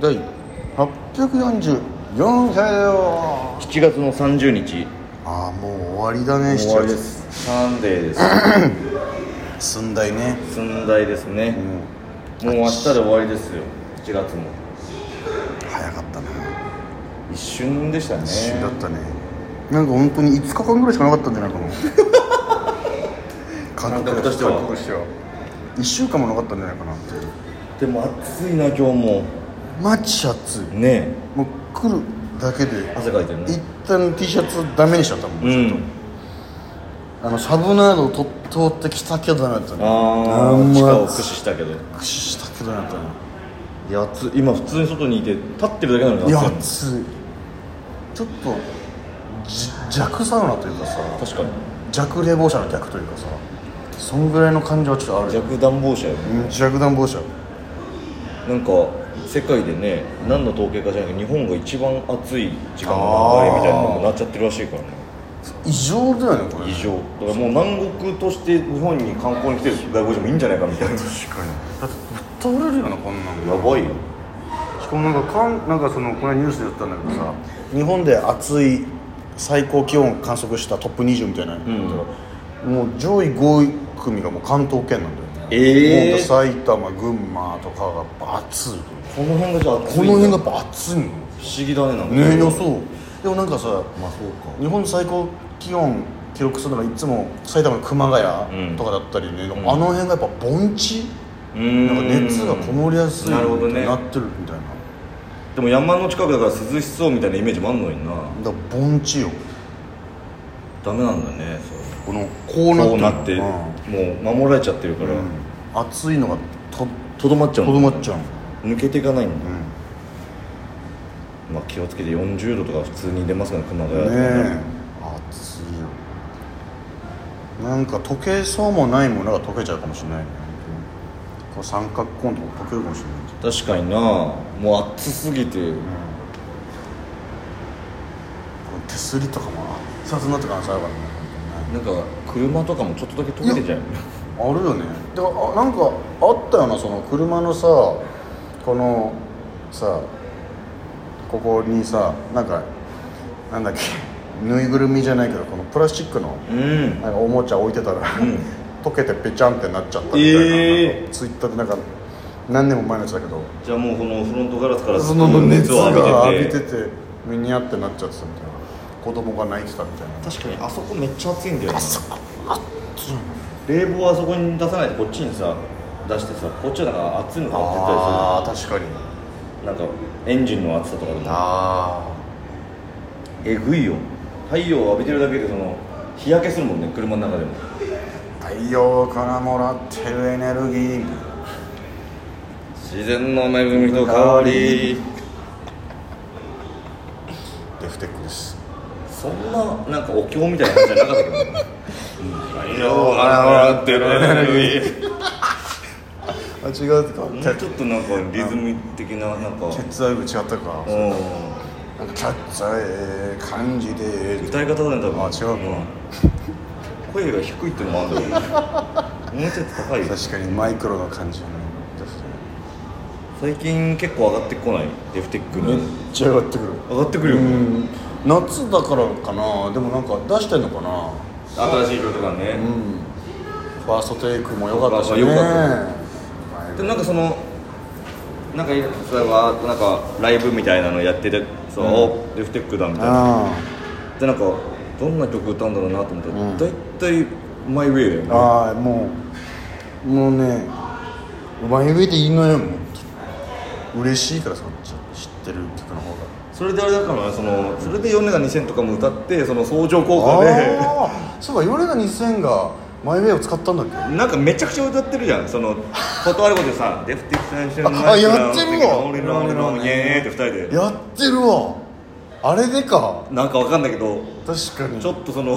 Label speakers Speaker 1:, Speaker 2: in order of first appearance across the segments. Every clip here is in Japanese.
Speaker 1: 第844回だよ
Speaker 2: 7月の30日
Speaker 1: ああもう終わりだね7月
Speaker 2: 終わりですサンデーです
Speaker 1: 寸大ね
Speaker 2: 寸大ですね、もう明日で終わりですよ7月も
Speaker 1: 早かったな
Speaker 2: 一瞬でしたね
Speaker 1: 一瞬だったねなんか本当に5日間ぐらいしかなかったんじゃないかな
Speaker 2: 感覚としては
Speaker 1: 感覚としては1週間もなかったんじゃないかなって
Speaker 2: でも暑いな今日も
Speaker 1: マジ暑い
Speaker 2: ね
Speaker 1: もう来るだけで
Speaker 2: 汗かいてる
Speaker 1: 一
Speaker 2: ね
Speaker 1: 旦 T シャツダメにしちゃったもん、
Speaker 2: うん
Speaker 1: あのサブナードをと通ってきたけどなったね
Speaker 2: あ
Speaker 1: ん
Speaker 2: あ
Speaker 1: ま
Speaker 2: 地下を
Speaker 1: 暑
Speaker 2: 駆使したけど
Speaker 1: くしたけどなったね
Speaker 2: いや暑い今普通に外にいて立ってるだけなの
Speaker 1: い
Speaker 2: に
Speaker 1: や
Speaker 2: 暑いの
Speaker 1: 暑いちょっとじ弱サウナというかさ
Speaker 2: 確かに
Speaker 1: 弱冷房車の逆というかさそんぐらいの感じはちょっとある
Speaker 2: 弱暖房車よね
Speaker 1: うん弱暖房車
Speaker 2: なんか世界でね何の統計かじゃないけど日本が一番暑い時間が長いみたいなのもなっちゃってるらしいからね
Speaker 1: 異常だよねこれ
Speaker 2: 異常だからもう南国として日本に観光に来てる外国人もいいんじゃないかみたいなや
Speaker 1: 確かにだってぶっ倒れるよなこんなん
Speaker 2: ばいよ
Speaker 1: しかもなんかかんなんかそのこのニュースで言ったんだけどさ、日本で暑い最高気温観測したトップ20みたいなの言ったら、もう上位5組がもう関東圏なんだよね
Speaker 2: えー
Speaker 1: もう埼玉群馬とかがやっぱ暑い
Speaker 2: この辺がじゃあ暑い
Speaker 1: この
Speaker 2: ん
Speaker 1: 辺
Speaker 2: だ
Speaker 1: がやっぱ暑いのね
Speaker 2: 不思議だねなんか
Speaker 1: え予想でもなんかさ
Speaker 2: まあそう
Speaker 1: 日本最高気温記録するのがいつも埼玉の熊谷とかだったりね、あの辺がやっぱ盆地
Speaker 2: かうん
Speaker 1: なんか熱がこもりやすい
Speaker 2: なるほどね
Speaker 1: なってるみたいな
Speaker 2: でも山の近くだから涼しそうみたいなイメージもあんのにな
Speaker 1: だから盆地よ
Speaker 2: ダメなんだねそう
Speaker 1: このこ
Speaker 2: こ
Speaker 1: う
Speaker 2: う
Speaker 1: な
Speaker 2: なっ
Speaker 1: っててる
Speaker 2: もう守られちゃってるから
Speaker 1: うん熱いのがと
Speaker 2: とどまっちゃう
Speaker 1: とどまっちゃうの
Speaker 2: 抜けていかないんだ、まあ気をつけて40度とか普通に出ますから熊谷
Speaker 1: ねえ熱いよなんか溶けそうもないものが溶けちゃうかもしれないねこう三角コーンとか溶けるかもしれない
Speaker 2: 確かになもう暑すぎて
Speaker 1: この手すりとかも熱々になってからさやばいね
Speaker 2: なんか車とかもちょっとだけ溶けてちゃうよね
Speaker 1: あるよねでもあなんかあったよなその車のさこのさここにさなんかなんだっけぬいぐるみじゃないけどこのプラスチックの
Speaker 2: うん
Speaker 1: なんかおもちゃ置いてたら、溶けてぺちゃんってなっちゃったみたいな,、
Speaker 2: えー
Speaker 1: ツイッターでなんか何年も前のやつだけど
Speaker 2: じゃあもうこのフロントガラスから
Speaker 1: その熱
Speaker 2: を
Speaker 1: が
Speaker 2: 浴
Speaker 1: 浴
Speaker 2: び
Speaker 1: びて
Speaker 2: てて
Speaker 1: て目に合ってなっちゃってたみたいな子供が泣いてたみたいな
Speaker 2: 確かにあそこめっちゃ暑いんだよな冷房はあそこに出さないでこっちにさ出してさこっちはなんか暑いのかなって言ったりす
Speaker 1: ああ確か
Speaker 2: る
Speaker 1: に
Speaker 2: なんかエンジンの暑さとかでも
Speaker 1: あ
Speaker 2: えぐいよ太陽を浴びてるだけでその日焼けするもんね車の中でも
Speaker 1: あ太陽からもらってるエネルギー
Speaker 2: 自然の恵みと香り
Speaker 1: デフテックです
Speaker 2: そんななんかお経みたいな感じじゃなかったけど ね太陽からもらってるエネルギー
Speaker 1: あ違うか
Speaker 2: もうちょっとなんかリズム的ななんか
Speaker 1: 血圧部違ったか
Speaker 2: う
Speaker 1: なんかキャッツアイ感じで
Speaker 2: ん歌い方だね多分
Speaker 1: あ違うか
Speaker 2: うん声が低いってのもあるんだけ どもうちょっと高いよ
Speaker 1: 確かにマイクロの感じのですね
Speaker 2: 最近結構上がってこないデフテック
Speaker 1: めっ
Speaker 2: に
Speaker 1: ちゃ上がってくる
Speaker 2: 上がってくるよね
Speaker 1: うん夏だからかなでもなんか出してんのかな
Speaker 2: 新しい曲とかね
Speaker 1: うんファーストテイクも良かったしね
Speaker 2: 良かでもなんかそのなんかいそれはなんかライブみたいなのやっててそう、おデフテックだみたいな
Speaker 1: あ
Speaker 2: でなんかどんな曲歌うんだろうなと思って大体、マイウ
Speaker 1: ー
Speaker 2: ェイだよね
Speaker 1: あーもうもうねマイウェイでいいのよもう嬉しいからそっち知ってる曲の方が
Speaker 2: それであれだからそのそれで米が2000とかも歌ってその相乗効果で
Speaker 1: あーそうかヨレダ2000がマイウェイを使ったんだっけ
Speaker 2: なんかめちゃくちゃ歌ってるじゃんその断ることでさ「デフテック最初の
Speaker 1: あやってるわ
Speaker 2: 俺の俺のイエーイ!」って二人で
Speaker 1: やってるわあれでか
Speaker 2: なんかわかんないけど
Speaker 1: 確かに
Speaker 2: ちょっとその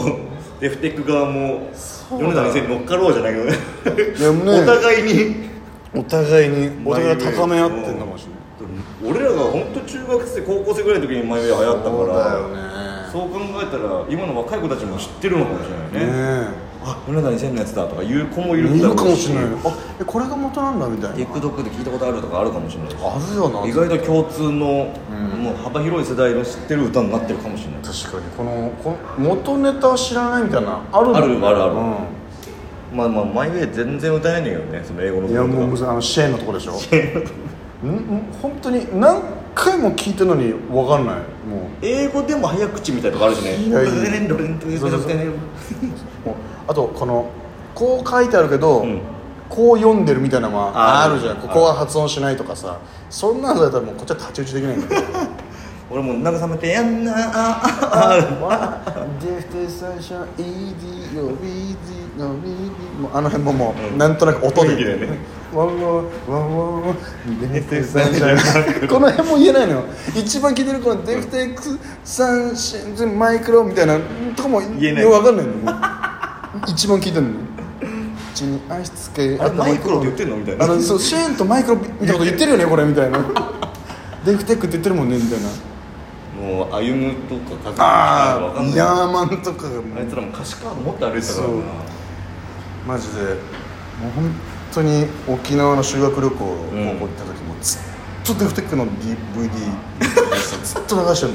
Speaker 2: デフテック側も
Speaker 1: そうだ
Speaker 2: 米田の店に乗っかろうじゃないけどね
Speaker 1: いやね
Speaker 2: お互いに
Speaker 1: お互いにお互い高め合ってんだもんしれない
Speaker 2: 俺らが本当中学生高校生ぐらいの時に前イウェイ流行ったから
Speaker 1: ね
Speaker 2: そう考えたら今の若い子たちも知ってるのかもしれないね
Speaker 1: ねえ
Speaker 2: あ俺ら2000のやつだとか言う子もいる
Speaker 1: いるかもしれない
Speaker 2: い
Speaker 1: あえこれが元なんだみたいな
Speaker 2: TikTok で聞いたことあるとかあるかもしれないし
Speaker 1: あるよな
Speaker 2: 意外と共通の、もう幅広い世代の知ってる歌になってるかもしれない
Speaker 1: 確かにこのこ元ネタ知らないみたいなあるもんね
Speaker 2: あるあるある
Speaker 1: うん
Speaker 2: まあまあマイウェイ全然歌えねえよねその英語の
Speaker 1: いやもうむ
Speaker 2: とか
Speaker 1: ずあのシェーンのとこでしょうんうん本当に何回も聞いてるのに分かんないもう
Speaker 2: 英語でも早口みたいなとこあるしね
Speaker 1: いやいやそうそうそうもうあとこのこう書いてあるけど、
Speaker 2: ん
Speaker 1: こう読んでるみたいなのも
Speaker 2: あ
Speaker 1: あ
Speaker 2: ー
Speaker 1: るじゃんここは発音しないとかさそんなのだったらもうこっちは太刀打ちできないんだよ
Speaker 2: 俺もう慰めてやんなあああ
Speaker 1: わギフテッサンシャン ED よ BD の BD もうあの辺ももう、なんとなく音で
Speaker 2: 雰囲気だよね
Speaker 1: ワンワンワンワンワンデフテッサンシ
Speaker 2: Sunshine
Speaker 1: ャンこの辺も言えないのよ一番聞いてるこのデフテックサンシャンマイクロみたいなとこも
Speaker 2: 言えない
Speaker 1: 分かんないのもう一番聞いてるのようちに愛しつけ
Speaker 2: あれマイクロって言ってんのみたいな
Speaker 1: あのそうシェーンとマイクロみたいなこと言ってるよねこれみたいなデフテックって言ってるもんねみたいな
Speaker 2: もう歩むとか書くとかわ
Speaker 1: あ
Speaker 2: か
Speaker 1: あ
Speaker 2: んない
Speaker 1: ヤーマンとかがも
Speaker 2: あ
Speaker 1: う
Speaker 2: いつらも歌詞カード持って歩いてたか
Speaker 1: そ
Speaker 2: ら
Speaker 1: うマジでもう本当に沖縄の修学旅行高校行った時もずっとデフテックの DVD ずっと流してる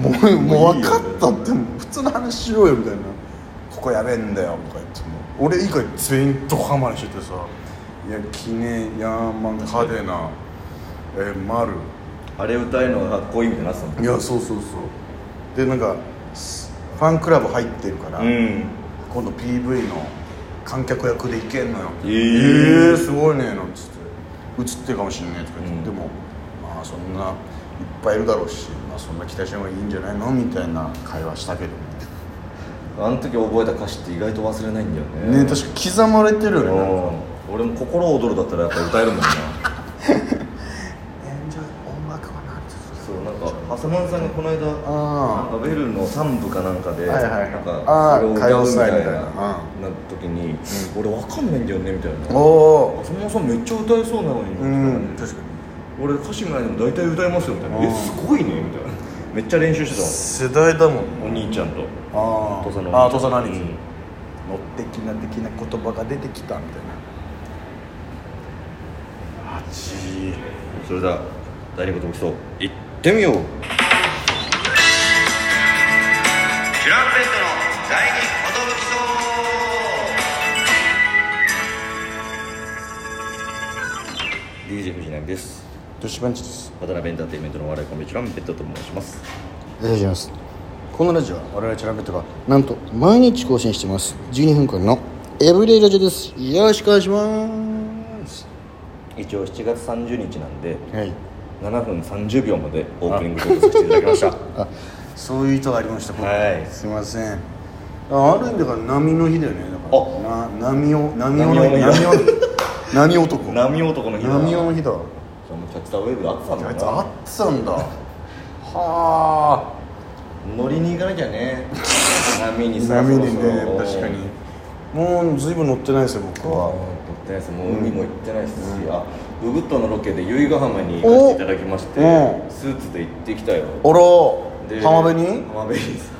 Speaker 1: のよもうもう
Speaker 2: いい
Speaker 1: 分か
Speaker 2: よね
Speaker 1: ったってもう普通の話しようよみたいな「ここやべえんだよ」とか言ってもう俺以外全員ドハマりしててさ「いやキネヤーマンカデナえマル」
Speaker 2: なあれ歌えるのがかっこいいみたいになってたもん
Speaker 1: いやそうそうそうでなんかすファンクラブ入ってるから、
Speaker 2: うん
Speaker 1: 今度 PV の観客役でいけんのよ
Speaker 2: えー
Speaker 1: えーすごいねなんつって映ってるかもしれないとか言って、
Speaker 2: うん
Speaker 1: でもまあそんないっぱいいるだろうし、まあ、そんな期待しない方がいいんじゃないのみたいな会話したけど
Speaker 2: あの時覚えた歌詞って意外と忘れないんだよ
Speaker 1: ね
Speaker 2: ね
Speaker 1: ね確かに刻まれてるよねなんか
Speaker 2: うん俺も心躍るだったらやっぱ歌えるもんな
Speaker 1: エンジョイ音楽は何ですか
Speaker 2: そうなんか浅間さんがこの間なん
Speaker 1: あ
Speaker 2: かベルの3部かなんかで、
Speaker 1: はいはいはい
Speaker 2: なんか
Speaker 1: あー
Speaker 2: それを
Speaker 1: 歌謡
Speaker 2: 歌うみ
Speaker 1: 祭
Speaker 2: たい
Speaker 1: み
Speaker 2: な
Speaker 1: たいな
Speaker 2: な時に、俺わかんないんだよねみたい
Speaker 1: あ
Speaker 2: な
Speaker 1: おお
Speaker 2: 浅間さんめっちゃ歌えそうなのに、
Speaker 1: うん確かに
Speaker 2: 俺歌詞がないのに大体歌えますよみたいな
Speaker 1: あー
Speaker 2: えすごいねみたいなめっちゃ練習してた
Speaker 1: 世代だもん
Speaker 2: もんお兄ちゃんと
Speaker 1: あ
Speaker 2: 土佐の
Speaker 1: ああ土佐の兄貴、
Speaker 2: うん
Speaker 1: 乗ってきな的な言葉が出てきたみたいな8
Speaker 2: それでは第二言武器そう行ってみようキュランペットの第二言武器そう DJ 藤波です
Speaker 1: 女子バンチです
Speaker 2: 渡辺エンターテインメントのお笑いコンビチュランペットと申します
Speaker 1: お願いしますこのラジオは我々チャランペットがなんと毎日更新してます12分間のエブリデイラジオですよろしくお願いします
Speaker 2: 一応7月30日なんで
Speaker 1: はい
Speaker 2: 7分30秒までオープニングトークさせていただきました は
Speaker 1: あそういう意図がありました今回
Speaker 2: い
Speaker 1: すいませんあある意味だから波の日だよねだからな波を波をの日
Speaker 2: 波
Speaker 1: 波
Speaker 2: を
Speaker 1: を波男
Speaker 2: 波男の日だ
Speaker 1: 波をの日だ
Speaker 2: じゃあもうキャッチターウェーブあってたん
Speaker 1: あ
Speaker 2: だ
Speaker 1: い
Speaker 2: よ
Speaker 1: つ
Speaker 2: な
Speaker 1: あってたんだは
Speaker 2: 乗りに行かなきゃ ね波に
Speaker 1: あ
Speaker 2: さ
Speaker 1: 波にね
Speaker 2: そろそ
Speaker 1: 確
Speaker 2: ろ
Speaker 1: かにもう随分乗ってないですよ僕
Speaker 2: あ
Speaker 1: は
Speaker 2: 乗ってないですもう海も行ってないですし、あブグッドのロケで由比ヶ浜に行かせていただきまして
Speaker 1: おうん
Speaker 2: スーツで行ってきたよ
Speaker 1: あら
Speaker 2: で
Speaker 1: 浜辺に
Speaker 2: 浜辺にさ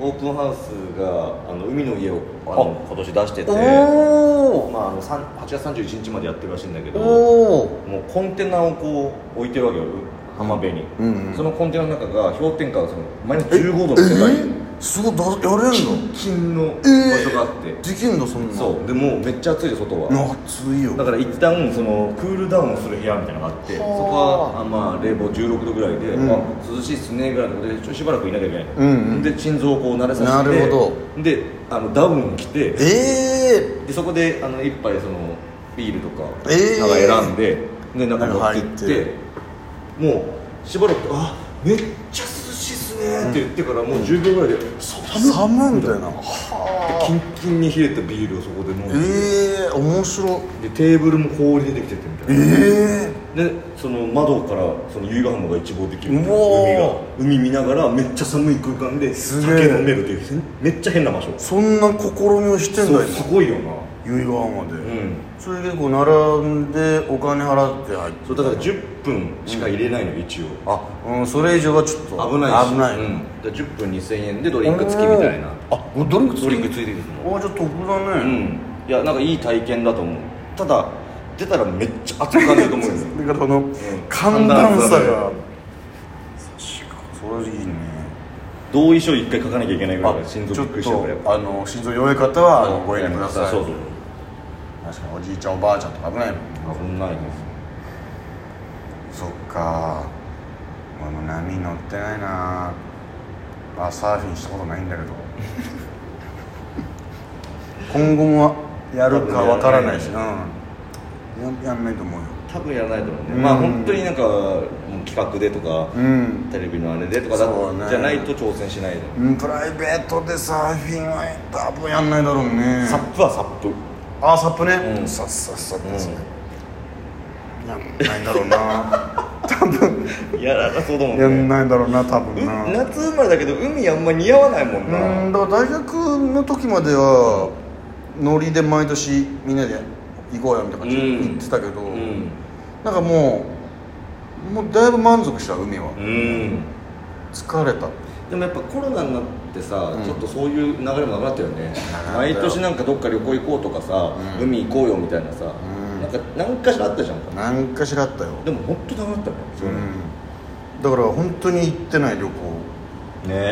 Speaker 2: オープンハウスがあの海の家をあの今年出してて
Speaker 1: おお
Speaker 2: まあ、あのさん8月31日までやってるらしいんだけども
Speaker 1: おお
Speaker 2: うコンテナをこう置いてるわけよ浜辺に、
Speaker 1: うんうん
Speaker 2: そのコンテナの中が氷点下がそのマイナス15度の世界
Speaker 1: すごいだやれんの
Speaker 2: 金の場
Speaker 1: え
Speaker 2: 所があって、
Speaker 1: できんだそんな
Speaker 2: そうでもうめっちゃ暑いで外は、
Speaker 1: あ暑いよ
Speaker 2: だから一旦そのクールダウンする部屋みたいなのがあってそ
Speaker 1: はあ
Speaker 2: こはあ、まあ、冷房16度ぐらいで、あ涼しいっすねぐらいのことでちょしばらくいなきゃいけない、
Speaker 1: うんうん
Speaker 2: で腎臓をこう慣れさせて
Speaker 1: なるほ
Speaker 2: であのダウン着て
Speaker 1: え
Speaker 2: でそこであの一杯そのビールとか
Speaker 1: えー
Speaker 2: なんか選んで、で中
Speaker 1: 中
Speaker 2: に
Speaker 1: 入
Speaker 2: 入
Speaker 1: っ
Speaker 2: っててもうしばらく「あめっちゃ涼しいっすね」って言ってからもう10秒ぐらいで、
Speaker 1: え寒いみたいな
Speaker 2: キンキンに冷えたビールをそこで飲んで、
Speaker 1: ええ面白い
Speaker 2: でテーブルも氷でできててみたいな、
Speaker 1: え
Speaker 2: でその窓からその由比ヶ浜が一望できる海
Speaker 1: うお
Speaker 2: が海見ながらめっちゃ寒い空間です酒
Speaker 1: げえ
Speaker 2: 飲めるというめっちゃ変な場所
Speaker 1: えそんな試みをしてん
Speaker 2: そ
Speaker 1: だ
Speaker 2: う
Speaker 1: 今
Speaker 2: すごいよな
Speaker 1: 由比ヶ浜で、
Speaker 2: うん
Speaker 1: それ結構並んでお金払って入って
Speaker 2: そうだから10分しか入れないの一応
Speaker 1: あうんそれ以上はちょっと
Speaker 2: 危ないし
Speaker 1: 危ない、
Speaker 2: うん、だから10分2000円でドリンク付きみたいな
Speaker 1: あおドリンクつ
Speaker 2: ドリン
Speaker 1: て
Speaker 2: クついてるんですもん
Speaker 1: あじゃあ得だ
Speaker 2: う
Speaker 1: ね、
Speaker 2: んいやなんかいい体験だと思うただ出たらめっちゃ熱く感じると思う んですよ
Speaker 1: だからこの寒
Speaker 2: 寒
Speaker 1: 暖
Speaker 2: 暖
Speaker 1: 差
Speaker 2: 差
Speaker 1: が
Speaker 2: が
Speaker 1: 確かにそれいいね
Speaker 2: 同意書一回書かなきゃいけないぐらいだから心臓
Speaker 1: ち
Speaker 2: び
Speaker 1: ょ
Speaker 2: っ
Speaker 1: っ
Speaker 2: くりしてるからやっぱ
Speaker 1: とあの心臓弱い方はあのご遠慮ください
Speaker 2: そうそう
Speaker 1: 確かにおじいちゃんおばあちゃんとか危ないもん
Speaker 2: 危ないです
Speaker 1: そっか俺も波乗ってないなまあサーフィンしたことないんだけ ど今後もやるかわからないしうんややんないと思うよ
Speaker 2: 多分やらないと思うんで、
Speaker 1: うん
Speaker 2: まあ本当になんかもう企画でとか、
Speaker 1: うん
Speaker 2: テレビのあれでとかだ
Speaker 1: そうね
Speaker 2: じゃないと挑戦しないで、
Speaker 1: うんプライベートでサーフィンは多分やんないだろうね
Speaker 2: サップはサップ
Speaker 1: あサップね、
Speaker 2: うん
Speaker 1: サッサッサップ
Speaker 2: うん
Speaker 1: ですね、やんないだろう な
Speaker 2: やらなそうだもんね
Speaker 1: やんないだろうな多分な
Speaker 2: う夏生まれだけど海あんま似合わないもんな、
Speaker 1: うんだから大学の時まではノリで毎年みんなで行こうよみたいな感じで
Speaker 2: うん
Speaker 1: 言ってたけど、
Speaker 2: うん
Speaker 1: なんかもうもうだいぶ満足した海は
Speaker 2: うん
Speaker 1: 疲れた
Speaker 2: でもやっぱコロナになってさ、
Speaker 1: うん
Speaker 2: ちょっとそういう流れもなくなったよね
Speaker 1: な
Speaker 2: 毎年なんかどっか旅行行こうとかさ、
Speaker 1: うん
Speaker 2: 海行こうよみたいなさ、
Speaker 1: ん
Speaker 2: なんか何かしらあったじゃんか
Speaker 1: 何かしらあったよ、
Speaker 2: でも本当なくなったよねそうういうの
Speaker 1: ん、だから本当に行ってない旅行う
Speaker 2: ね
Speaker 1: ん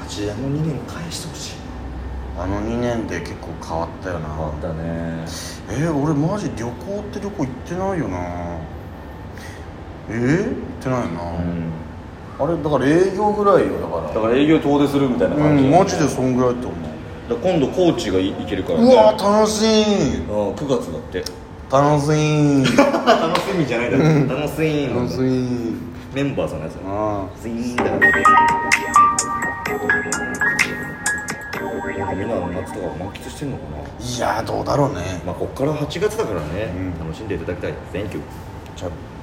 Speaker 2: マジであの2年返してほしい
Speaker 1: あの2年で結構変わったよな
Speaker 2: 変わったね
Speaker 1: えー、俺マジ旅行って旅行行ってないよなえー、行ってないよな、あれだから営業ぐらいよだから
Speaker 2: だから営業遠出するみたいな
Speaker 1: う
Speaker 2: 感じ、
Speaker 1: んマジでそんぐらいって思う
Speaker 2: だから今度高知がい行けるから
Speaker 1: うわ
Speaker 2: ね
Speaker 1: 楽しい
Speaker 2: うん9月だって
Speaker 1: 楽しい
Speaker 2: 楽しみじゃないだろ楽しみなん
Speaker 1: 楽
Speaker 2: だ
Speaker 1: しい
Speaker 2: メンバーさんのやつだな
Speaker 1: あ
Speaker 2: 全員だよなんかみんな夏とか満喫してんのかな
Speaker 1: あいやどうだろうね
Speaker 2: まあこっから8月だからね、
Speaker 1: うん
Speaker 2: 楽しんでいただきたい Thank you
Speaker 1: じゃあ